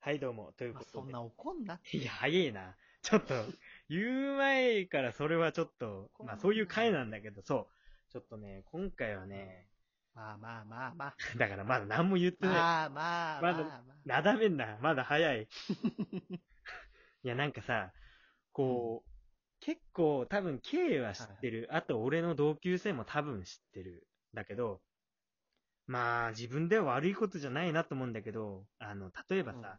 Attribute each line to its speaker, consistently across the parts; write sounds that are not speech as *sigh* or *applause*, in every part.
Speaker 1: はい、どうも。という
Speaker 2: ま
Speaker 1: こ
Speaker 2: あ、
Speaker 1: と
Speaker 2: そん
Speaker 1: で。
Speaker 2: な怒んなって。
Speaker 1: いや、早いな。ちょっと、言う前からそれはちょっと、まあそういう回なんだけど、そう。ちょっとね、今回はね、
Speaker 2: まあまあまあまあ。
Speaker 1: だからまだ何も言ってない。
Speaker 2: まあまあま
Speaker 1: ま
Speaker 2: あ
Speaker 1: だ
Speaker 2: まあ。
Speaker 1: なだめんな、まだ早
Speaker 2: *laughs*
Speaker 1: い。いや、なんかさ、こう、結構多分 K は知ってる。あと俺の同級生も多分知ってる。だけど、まあ自分では悪いことじゃないなと思うんだけど、あの、例えばさ、
Speaker 2: うん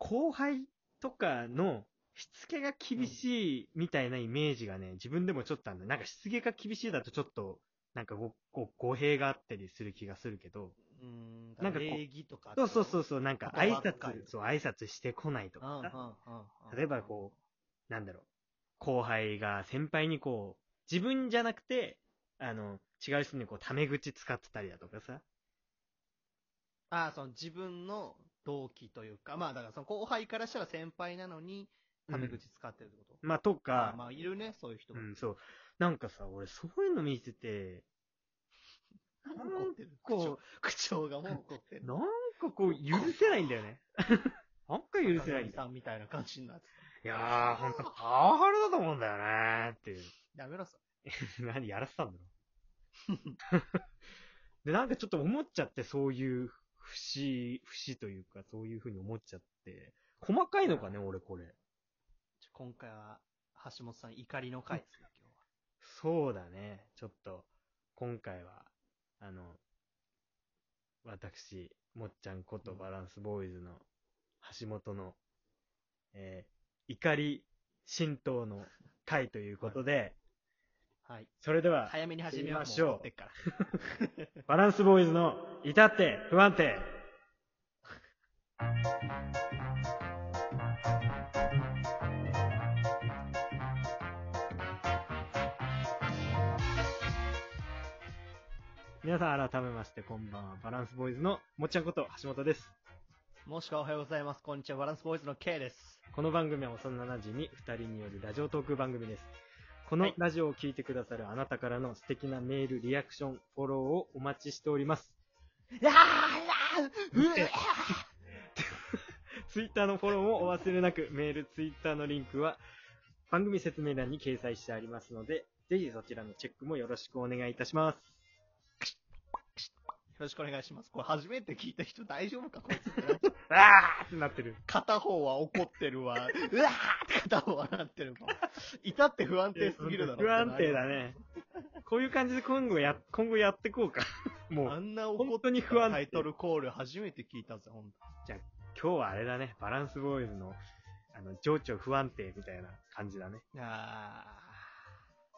Speaker 1: 後輩とかのしつけが厳しいみたいなイメージがね、自分でもちょっとあるんだ。なんかしつけが厳しいだとちょっと、なんかご、ご、語弊があったりする気がするけど、
Speaker 2: うーん。
Speaker 1: な
Speaker 2: なんん
Speaker 1: かこ
Speaker 2: か
Speaker 1: う
Speaker 2: 礼儀とか。。
Speaker 1: そうそうそううそう、なんか
Speaker 2: 言
Speaker 1: 挨
Speaker 2: 葉遣
Speaker 1: 拶
Speaker 2: い、
Speaker 1: そう、挨拶してこないと
Speaker 2: うんうんうん
Speaker 1: か
Speaker 2: うん
Speaker 1: さ、例えばこう、なんだろう、後輩が先輩にこう、自分じゃなくて、あの、違う人にこう、タメ口使ってたりだとかさ、
Speaker 2: ああ、その自分の同期というか、まあだからその後輩からしたら先輩なのに、タメ口使ってるってこと、
Speaker 1: まあ、と
Speaker 2: まあ
Speaker 1: か、
Speaker 2: まあいるね、そういう人
Speaker 1: う
Speaker 2: が。
Speaker 1: ん、そう、なんかさ、俺そういうの見てて、
Speaker 2: 怒ってる。口
Speaker 1: こう
Speaker 2: 調口調がもう怒って
Speaker 1: *laughs*
Speaker 2: る。
Speaker 1: なんかこう、許せないんだよね。 *laughs* なんか許せないんだ
Speaker 2: 高木さ
Speaker 1: よ。
Speaker 2: んみたいな感じになってた。
Speaker 1: いやー、ほんと、パワハラだと思うんだよねーっていう。
Speaker 2: やめろさ。
Speaker 1: *laughs* 何やらせたんだろう *laughs* で、なんかちょっと思っちゃって、そういう節、節というか、そういうふうに思っちゃって。細かいのかね、俺これ。
Speaker 2: ちょ今回は、橋本さん怒りの回ですね、今日は。
Speaker 1: そうだね。ちょっと、今回は、あの、私、もっちゃんことバランスボーイズの橋本の、えー怒り浸透の回ということで、
Speaker 2: はい。
Speaker 1: それでは、
Speaker 2: 早めに始めま
Speaker 1: 行き
Speaker 2: し
Speaker 1: ましょう
Speaker 2: ょう。怒ってっから。
Speaker 1: バランスボーイズの至って不安定。皆さん改めましてこんばんは。バランスボーイズのもっちゃんこと橋本です。
Speaker 2: もしくはおはようございます。こんにちは。バランスボーイズの K です。
Speaker 1: この番組は幼なじみ2人によるラジオトーク番組です。こ
Speaker 2: は
Speaker 1: の
Speaker 2: い
Speaker 1: ラジオを聞いてくださるあなたからの素敵なメール、リアクション、フォローをお待ちしております。
Speaker 2: や
Speaker 1: うえツイッターのフォローもお忘れなく、メール、ツイッターのリンクは番組説明欄に掲載してありますので、ぜひそちらのチェックもよろしくお願いいたします。
Speaker 2: よろしくお願いします。これ初めて聞いた人大丈夫かこいつってな。
Speaker 1: あーってなってる。
Speaker 2: 片方は怒ってるわ。 *laughs* うわーって片方はなってるわ。至って不安定すぎるだろ。
Speaker 1: 不安定だ。ね。こういう感じで今後や、今後やってこう *laughs* か。もう、
Speaker 2: あんな怒
Speaker 1: 本
Speaker 2: っ
Speaker 1: 当に
Speaker 2: て
Speaker 1: 不安
Speaker 2: た
Speaker 1: 定
Speaker 2: タイトルコール初めて聞いたぜ、ほんと。
Speaker 1: 今日はあれだね、バランスボーイズの、あの、情緒不安定みたいな感じだね。
Speaker 2: あ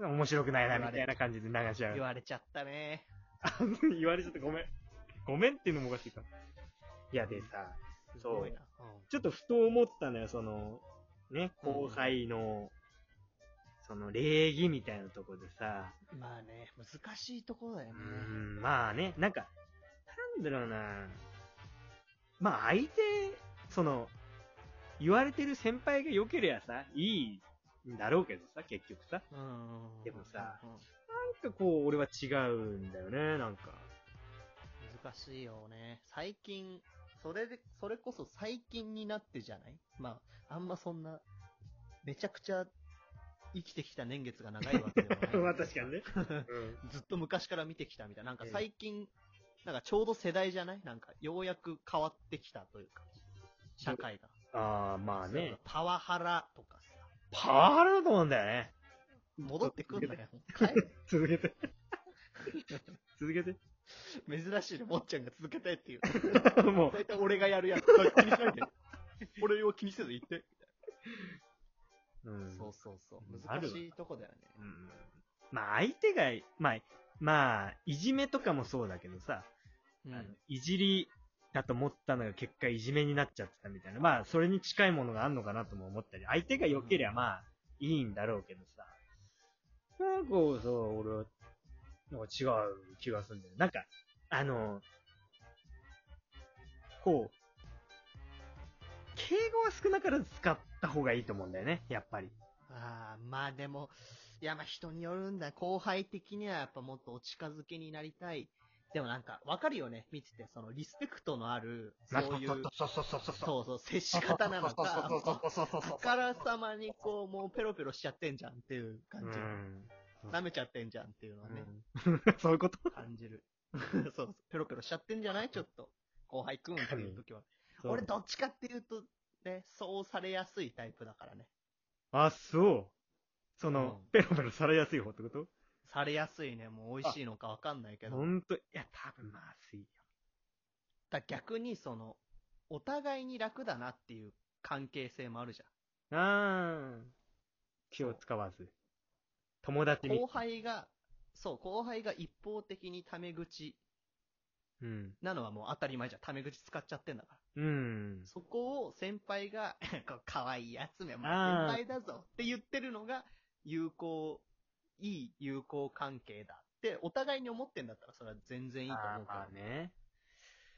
Speaker 1: 面白くないな、みたいな感じで流し合
Speaker 2: ー、
Speaker 1: う
Speaker 2: 言。われちゃったね。
Speaker 1: *laughs* 言われちゃってごめん。ごめんっていうのもおかしいか。いや、でさ、
Speaker 2: すごいな。
Speaker 1: ちょっとふと思ったのよ、その、ね、後輩の、その礼儀みたいなところでさ、
Speaker 2: うんまあね、難しいところだよね
Speaker 1: う。ん、まあね、なんか、なんだろうな、まあ相手、その、言われてる先輩が良ければさ、いいんだろうけどさ、結局さ、
Speaker 2: うん。
Speaker 1: でもさ
Speaker 2: うん、
Speaker 1: なんかこう、俺は違うんだよね、なんか。
Speaker 2: 難しいよね。最近、それで、それこそ最近になってじゃないまあ、あんまそんな、めちゃくちゃ生きてきた年月が長いわけで
Speaker 1: *laughs* *laughs*
Speaker 2: も
Speaker 1: ま
Speaker 2: な
Speaker 1: あ
Speaker 2: い。
Speaker 1: 確かにね。うん
Speaker 2: ずっと昔から見てきたみたいな。なんか
Speaker 1: ええ
Speaker 2: 最近、なんかちょうど世代じゃないなんか、ようやく変わってきたというか、社会が。
Speaker 1: ああ、まあね。
Speaker 2: パワハラとかさ、
Speaker 1: パワハラだと思うんだよね。
Speaker 2: 戻ってくん
Speaker 1: *laughs*
Speaker 2: だよ。帰れ
Speaker 1: 続けて。 *laughs* 続けて。
Speaker 2: 珍しいね、もっちゃんが続けてっていう。
Speaker 1: *laughs* もう、
Speaker 2: 大体俺がやるやつ。気にしな
Speaker 1: *laughs*
Speaker 2: いで。俺を気にせず言って。
Speaker 1: うん
Speaker 2: そうそうそう。
Speaker 1: あ
Speaker 2: 難
Speaker 1: るわ
Speaker 2: しいとこだよね。
Speaker 1: うんまあ相手が、まあ、まあ、いじめとかもそうだけどさ、あのいじりだと思ったのが結果いじめになっちゃってたみたいな、まあそれに近いものがあるのかなとも思ったり、相手が良けりゃまあいいんだろうけどさ、なんかそう、俺は、なんか違う気がするんだよ。なんか、あの、こう、敬語は少なからず使った方がいいと思うんだよね、やっぱり。
Speaker 2: ああ、まあでも、いやまあ人によるんだ。後輩的にはやっぱもっとお近づけになりたいでもなんか、わかるよね。見てて、その、リスペクトのある、
Speaker 1: まあ
Speaker 2: そういう、
Speaker 1: そうそうそうそうそう。
Speaker 2: そうそう、接し方なの
Speaker 1: そう
Speaker 2: か、
Speaker 1: そうそう
Speaker 2: も
Speaker 1: そうそう
Speaker 2: う
Speaker 1: そう
Speaker 2: あからさまにこう、もうペロペロしちゃってんじゃんっていう感じ。
Speaker 1: うん
Speaker 2: 舐めちゃってんじゃんっていうのはね、
Speaker 1: うんそういうこと
Speaker 2: 感じる。 *laughs* そうそう、ペロペロしちゃってんじゃないちょっと。後輩くんっていう時は。俺どっちかっていうと、ね、そうされやすいタイプだからね。
Speaker 1: あ、そう。その、
Speaker 2: うん
Speaker 1: ペロペロされやすい方ってこと
Speaker 2: されやすいね、もう美味しいのかわかんないけど。
Speaker 1: ほんと、いや、多分まずいよ。
Speaker 2: だ逆にその、お互いに楽だなっていう関係性もあるじ
Speaker 1: あー。気を使わず。友達
Speaker 2: ゃん。
Speaker 1: に
Speaker 2: 後。輩が、そう、後輩が一方的にタメ口
Speaker 1: うん。
Speaker 2: なのはもう当たり前じゃん。タメ口使っちゃってんだから。
Speaker 1: うん。
Speaker 2: そこを先輩が、 *laughs* こう可愛いやつめ、もう
Speaker 1: あー
Speaker 2: 先輩だぞって言ってるのが、友好、いい友好関係だって、お互いに思ってんだったらそれは全然いいと
Speaker 1: あ
Speaker 2: 思
Speaker 1: ー
Speaker 2: うけど
Speaker 1: まあ、ね。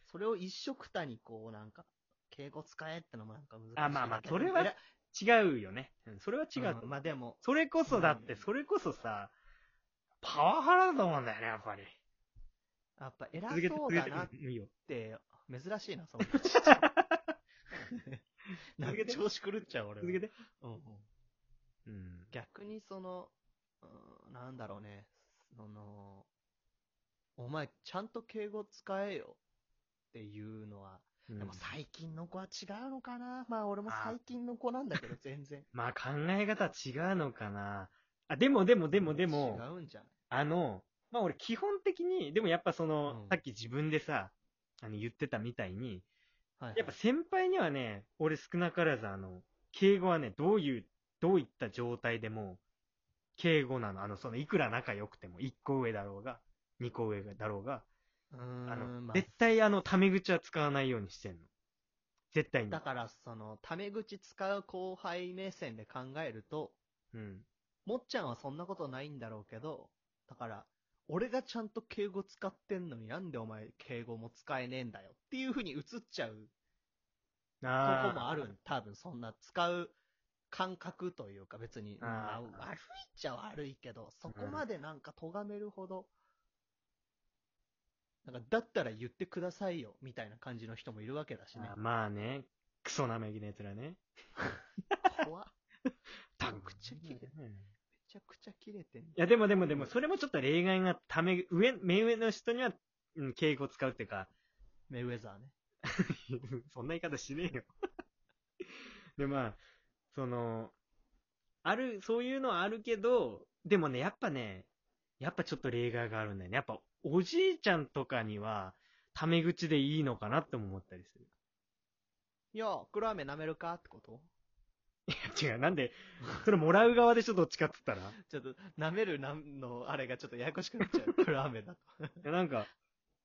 Speaker 2: それを一緒くたにこうなんか、敬語使えってのもなんか難しい。
Speaker 1: あまあまあそれは
Speaker 2: 偉い
Speaker 1: 違うよね。うんそれは違うと思う、
Speaker 2: んまあでも、
Speaker 1: それこそ、だっ
Speaker 2: う
Speaker 1: て、
Speaker 2: ん
Speaker 1: それこそさ、パワハラだと思うんだよね、やっぱり。
Speaker 2: やっぱ偉
Speaker 1: 続けて、
Speaker 2: そ
Speaker 1: 続
Speaker 2: う
Speaker 1: け
Speaker 2: だ
Speaker 1: て。
Speaker 2: なっ
Speaker 1: うんいいよ。
Speaker 2: て、珍しいな、そ
Speaker 1: *laughs*
Speaker 2: の口。なんか調子狂っちゃう、俺は。
Speaker 1: 続けて。
Speaker 2: うんうん
Speaker 1: うん。
Speaker 2: 逆にその、うんなんだろうね、その、お前、ちゃんと敬語使えよっていうのは、
Speaker 1: うん
Speaker 2: でも最近の子は違うのかなまあ俺も最近の子なんだけど、全然。
Speaker 1: まあ考え方違うのかな。あ、でもで *laughs* もでもでも、
Speaker 2: 違うんじゃない
Speaker 1: あの、まあ俺基本的に、でもやっぱその、
Speaker 2: うん
Speaker 1: さっき自分でさ、あの言ってたみたいに、
Speaker 2: はいはい
Speaker 1: やっぱ先輩にはね、俺少なからずあの、敬語はね、どういう、どういった状態でも、敬語なの。あの、その、いくら仲良くても、1個上だろうが、2個上だろうが、
Speaker 2: う
Speaker 1: あ
Speaker 2: ー
Speaker 1: の、
Speaker 2: ん、まあ
Speaker 1: 絶対あの、タメ口は使わないようにしてんの。絶対に
Speaker 2: だ。から、その、タメ口使う後輩目線で考えると、
Speaker 1: うん。
Speaker 2: もっちゃんはそんなことないんだろうけど、だから、俺がちゃんと敬語使ってんのになんでお前敬語も使えねえんだよっていう風に映っちゃうとこもあるん。多分そんな使う感覚というか別に、
Speaker 1: あー
Speaker 2: まあ、悪いっちゃ悪いけど、そこまでなんか咎めるほど、なんかだったら言ってくださいよみたいな感じの人もいるわけだしね
Speaker 1: あ。まあね、クソ生意気な奴らね。
Speaker 2: 怖っ
Speaker 1: タ
Speaker 2: めちゃくちゃ綺麗めちゃくちゃ切れてん
Speaker 1: いや、でもでもでも、それもちょっと例外がため、上、目上の人には、うん、敬語使うっていうか、 *laughs*
Speaker 2: メウェザーね。
Speaker 1: そんな言い方しねえよ。 *laughs* で、まあ、その、ある、そういうのはあるけど、でもね、やっぱね、やっぱちょっと例外があるんだよね。やっぱ、おじいちゃんとかには、タメ口でいいのかなっても思ったりする。 *laughs*
Speaker 2: いや、黒飴舐めるかってこと
Speaker 1: いや違う、なんで、それもらう側でしょ、どっちかって言ったら。
Speaker 2: ちょっと、舐めるなんの、あれがちょっとややこしくなっちゃう。黒飴だと。
Speaker 1: いや、なんか、い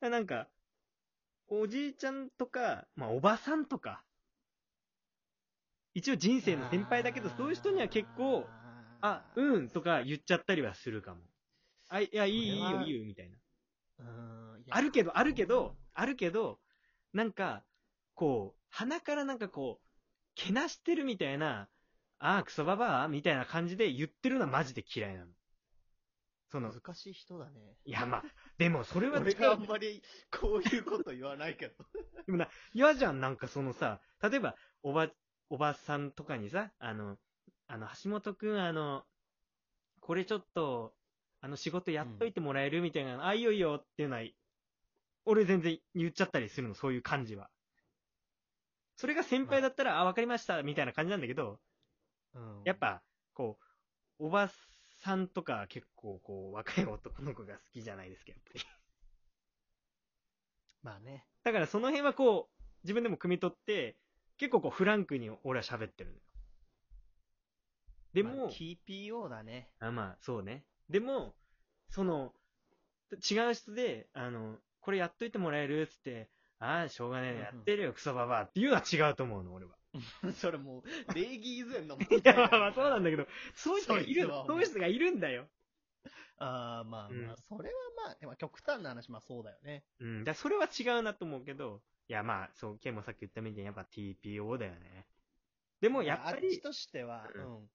Speaker 1: やなんか、おじいちゃんとか、まあ、おばさんとか、一応人生の先輩だけど、そういう人には結構、、あ、
Speaker 2: ん。
Speaker 1: うんとか言っちゃったりはするかも。あ、いや、いい、いい
Speaker 2: それ
Speaker 1: よ、
Speaker 2: はい
Speaker 1: いよ、みたいな。
Speaker 2: うん。
Speaker 1: あるけど、あるけど
Speaker 2: い、
Speaker 1: あるけど、なんか、こう、鼻からなんかこう、けなしてるみたいな、あー、クソババアみたいな感じで言ってるのはマジで嫌いなの。そ
Speaker 2: や
Speaker 1: の、
Speaker 2: 難しい人だね。
Speaker 1: いや、まあ、でもそれは違う
Speaker 2: 俺があんまり、こういうこと言わないけど。
Speaker 1: 嫌じゃん、なんかそのさ、例えば、おば、おばさんとかにさ、あの、あの、橋本くん、あの、これちょっと、あの、仕事やっといてもらえるみたいな、あ、いいよいいよっていうのは、俺全然言っちゃったりするの、そういう感じは。それが先輩だったら、あ、わかりました、みたいな感じなんだけど、
Speaker 2: うん
Speaker 1: やっ、ぱ、こう、おばさんとか結構、こう、若い男の子が好きじゃないですか、やっぱり。
Speaker 2: まあね。
Speaker 1: だからその辺はこう、自分でも汲み取って、結構こうフランクに俺は喋ってるのよ。で
Speaker 2: まあ
Speaker 1: も、
Speaker 2: TPO だね。
Speaker 1: あ、まあ、そうね。でも、その、違う人で、あの、これやっといてもらえるっつって、ああ、しょうがねえな、やってるよ、クソババアっていうのは違うと思うの、俺は。
Speaker 2: それもう、礼儀以前の問
Speaker 1: い
Speaker 2: 題
Speaker 1: や、 *laughs* まあまあそうなんだ
Speaker 2: けど。
Speaker 1: けど、そういう人がいる、
Speaker 2: そいつは
Speaker 1: そういう人がいるんだよ。
Speaker 2: あーまあま
Speaker 1: う
Speaker 2: あ、
Speaker 1: ん
Speaker 2: それはまあ、でも極端な話、まあそうだよね。
Speaker 1: うん、だからそれは違うなと思うけど、いや、まあ、そう、ケンもさっき言ったみたいに、やっぱ TPO だよね。でも、やっぱ
Speaker 2: あっち
Speaker 1: り、
Speaker 2: としては、
Speaker 1: う
Speaker 2: うん。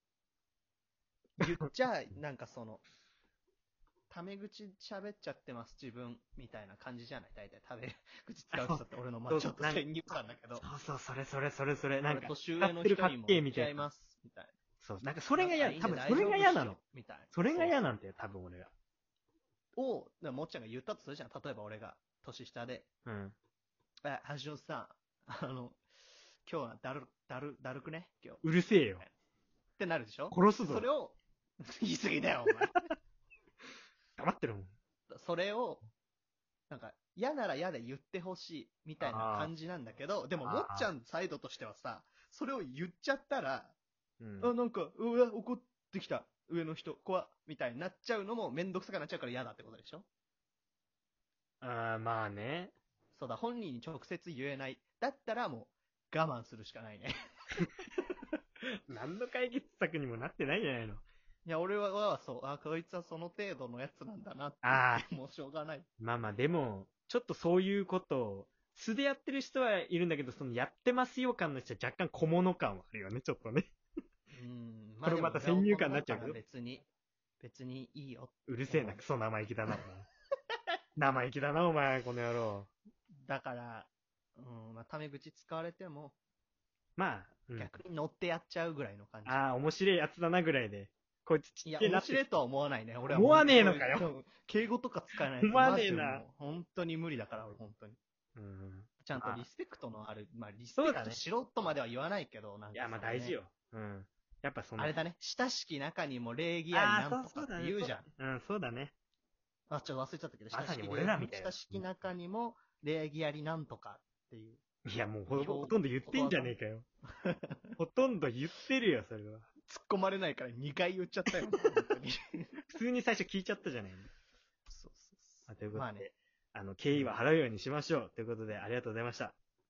Speaker 2: 言っちゃ、なんかその、タメ口喋っちゃってます、自分、みたいな感じじゃない大体、タメ口使う人って俺の、ま
Speaker 1: ど
Speaker 2: あ
Speaker 1: う
Speaker 2: ち
Speaker 1: ぞ
Speaker 2: ょっと先入観だけど、
Speaker 1: そうそう、それそれそれそれ、なん
Speaker 2: 俺
Speaker 1: か、
Speaker 2: 年上の人にも、
Speaker 1: 使ってるかっけーみたいな
Speaker 2: 違います、みたいな。
Speaker 1: そう、なんかそれが嫌、多分それが嫌なの。、
Speaker 2: みたいな。
Speaker 1: それが嫌なんだよ、多分俺は。
Speaker 2: を、だからもっちゃんが言ったとするじゃん。例えば俺が、年下で、
Speaker 1: うん。
Speaker 2: え、橋本さん、あの、今日はだる、だる、だるくね今日。っ
Speaker 1: うるせえよ。
Speaker 2: てなるでしょ
Speaker 1: 殺すぞ
Speaker 2: そ。れを、言い過ぎだよ、お前。
Speaker 1: 黙ってるもん。
Speaker 2: それを、なんか、嫌なら嫌で言ってほしい、みたいな感じなんだけど、でも、
Speaker 1: あー
Speaker 2: もっちゃんサイドとしてはさ、それを言っちゃったら、
Speaker 1: うん
Speaker 2: あ、なんか、うわ、怒ってきた、上の人、怖っみたいになっちゃうのも、めんどくさくなっちゃうから嫌だってことでしょ
Speaker 1: あーまあね。
Speaker 2: そうだ、本人に直接言えない。だったらもう、我慢するしかないね。 *laughs*
Speaker 1: 何の解決策にもなってないじゃないの。
Speaker 2: いや、俺は、はそう、あ、こいつはその程度のやつなんだなって。
Speaker 1: ああ、
Speaker 2: もうしょうがない。
Speaker 1: まあまあ、でも、ちょっとそういうことを、素でやってる人はいるんだけど、そのやってますよ感の人は若干小物感はあるよね、ちょっとね。
Speaker 2: うん、
Speaker 1: これまた先入観になっちゃうけど
Speaker 2: けど。別に、別にいいよ。
Speaker 1: うるせえな、クソ生意気だな、お *laughs* 前生意気だな、お前、この野郎。
Speaker 2: だから、うん、まあ、タメ口使われても、
Speaker 1: まあ、うん
Speaker 2: 逆に乗ってやっちゃうぐらいの感じ。
Speaker 1: ああ、面白いやつだなぐらいで。こいつち
Speaker 2: い
Speaker 1: っ
Speaker 2: や、
Speaker 1: ちゃいな
Speaker 2: 面
Speaker 1: って
Speaker 2: 白いとは思わないね、俺は。
Speaker 1: 思わねえのかよ
Speaker 2: よ。敬語とか使えないと
Speaker 1: 思わねえな。
Speaker 2: マジでもう本当に無理だから、俺、本当に。
Speaker 1: うん。
Speaker 2: ちゃんと
Speaker 1: まあ
Speaker 2: リスペクトのある、まあ、リス
Speaker 1: そ
Speaker 2: ペ
Speaker 1: うだ
Speaker 2: ク
Speaker 1: ね
Speaker 2: トしろとまでは言わないけど、なんか、
Speaker 1: いや、まあ大事。よ。うん。やっぱその。
Speaker 2: あれだね、親しき中にも礼儀ありなんとかって言うじゃん。
Speaker 1: うん、そうだね。
Speaker 2: あ、ちょっと忘れちゃったけど、
Speaker 1: まさに
Speaker 2: 親しき
Speaker 1: 俺らみたいな
Speaker 2: 親しき中にも礼儀ありなんとかっていう。
Speaker 1: いや、もうほほとんど言ってんじゃねえか
Speaker 2: *laughs*
Speaker 1: よ。ほとんど言ってるよ、それは。
Speaker 2: 突っ込まれないから2回言っちゃったよ、
Speaker 1: *laughs*
Speaker 2: 本当に。
Speaker 1: 普通に最初聞いちゃったじゃないの。
Speaker 2: そうそうそう
Speaker 1: あということで、
Speaker 2: まあね
Speaker 1: あの、敬意は払うようにしましょう。ということで、ありがとうございました。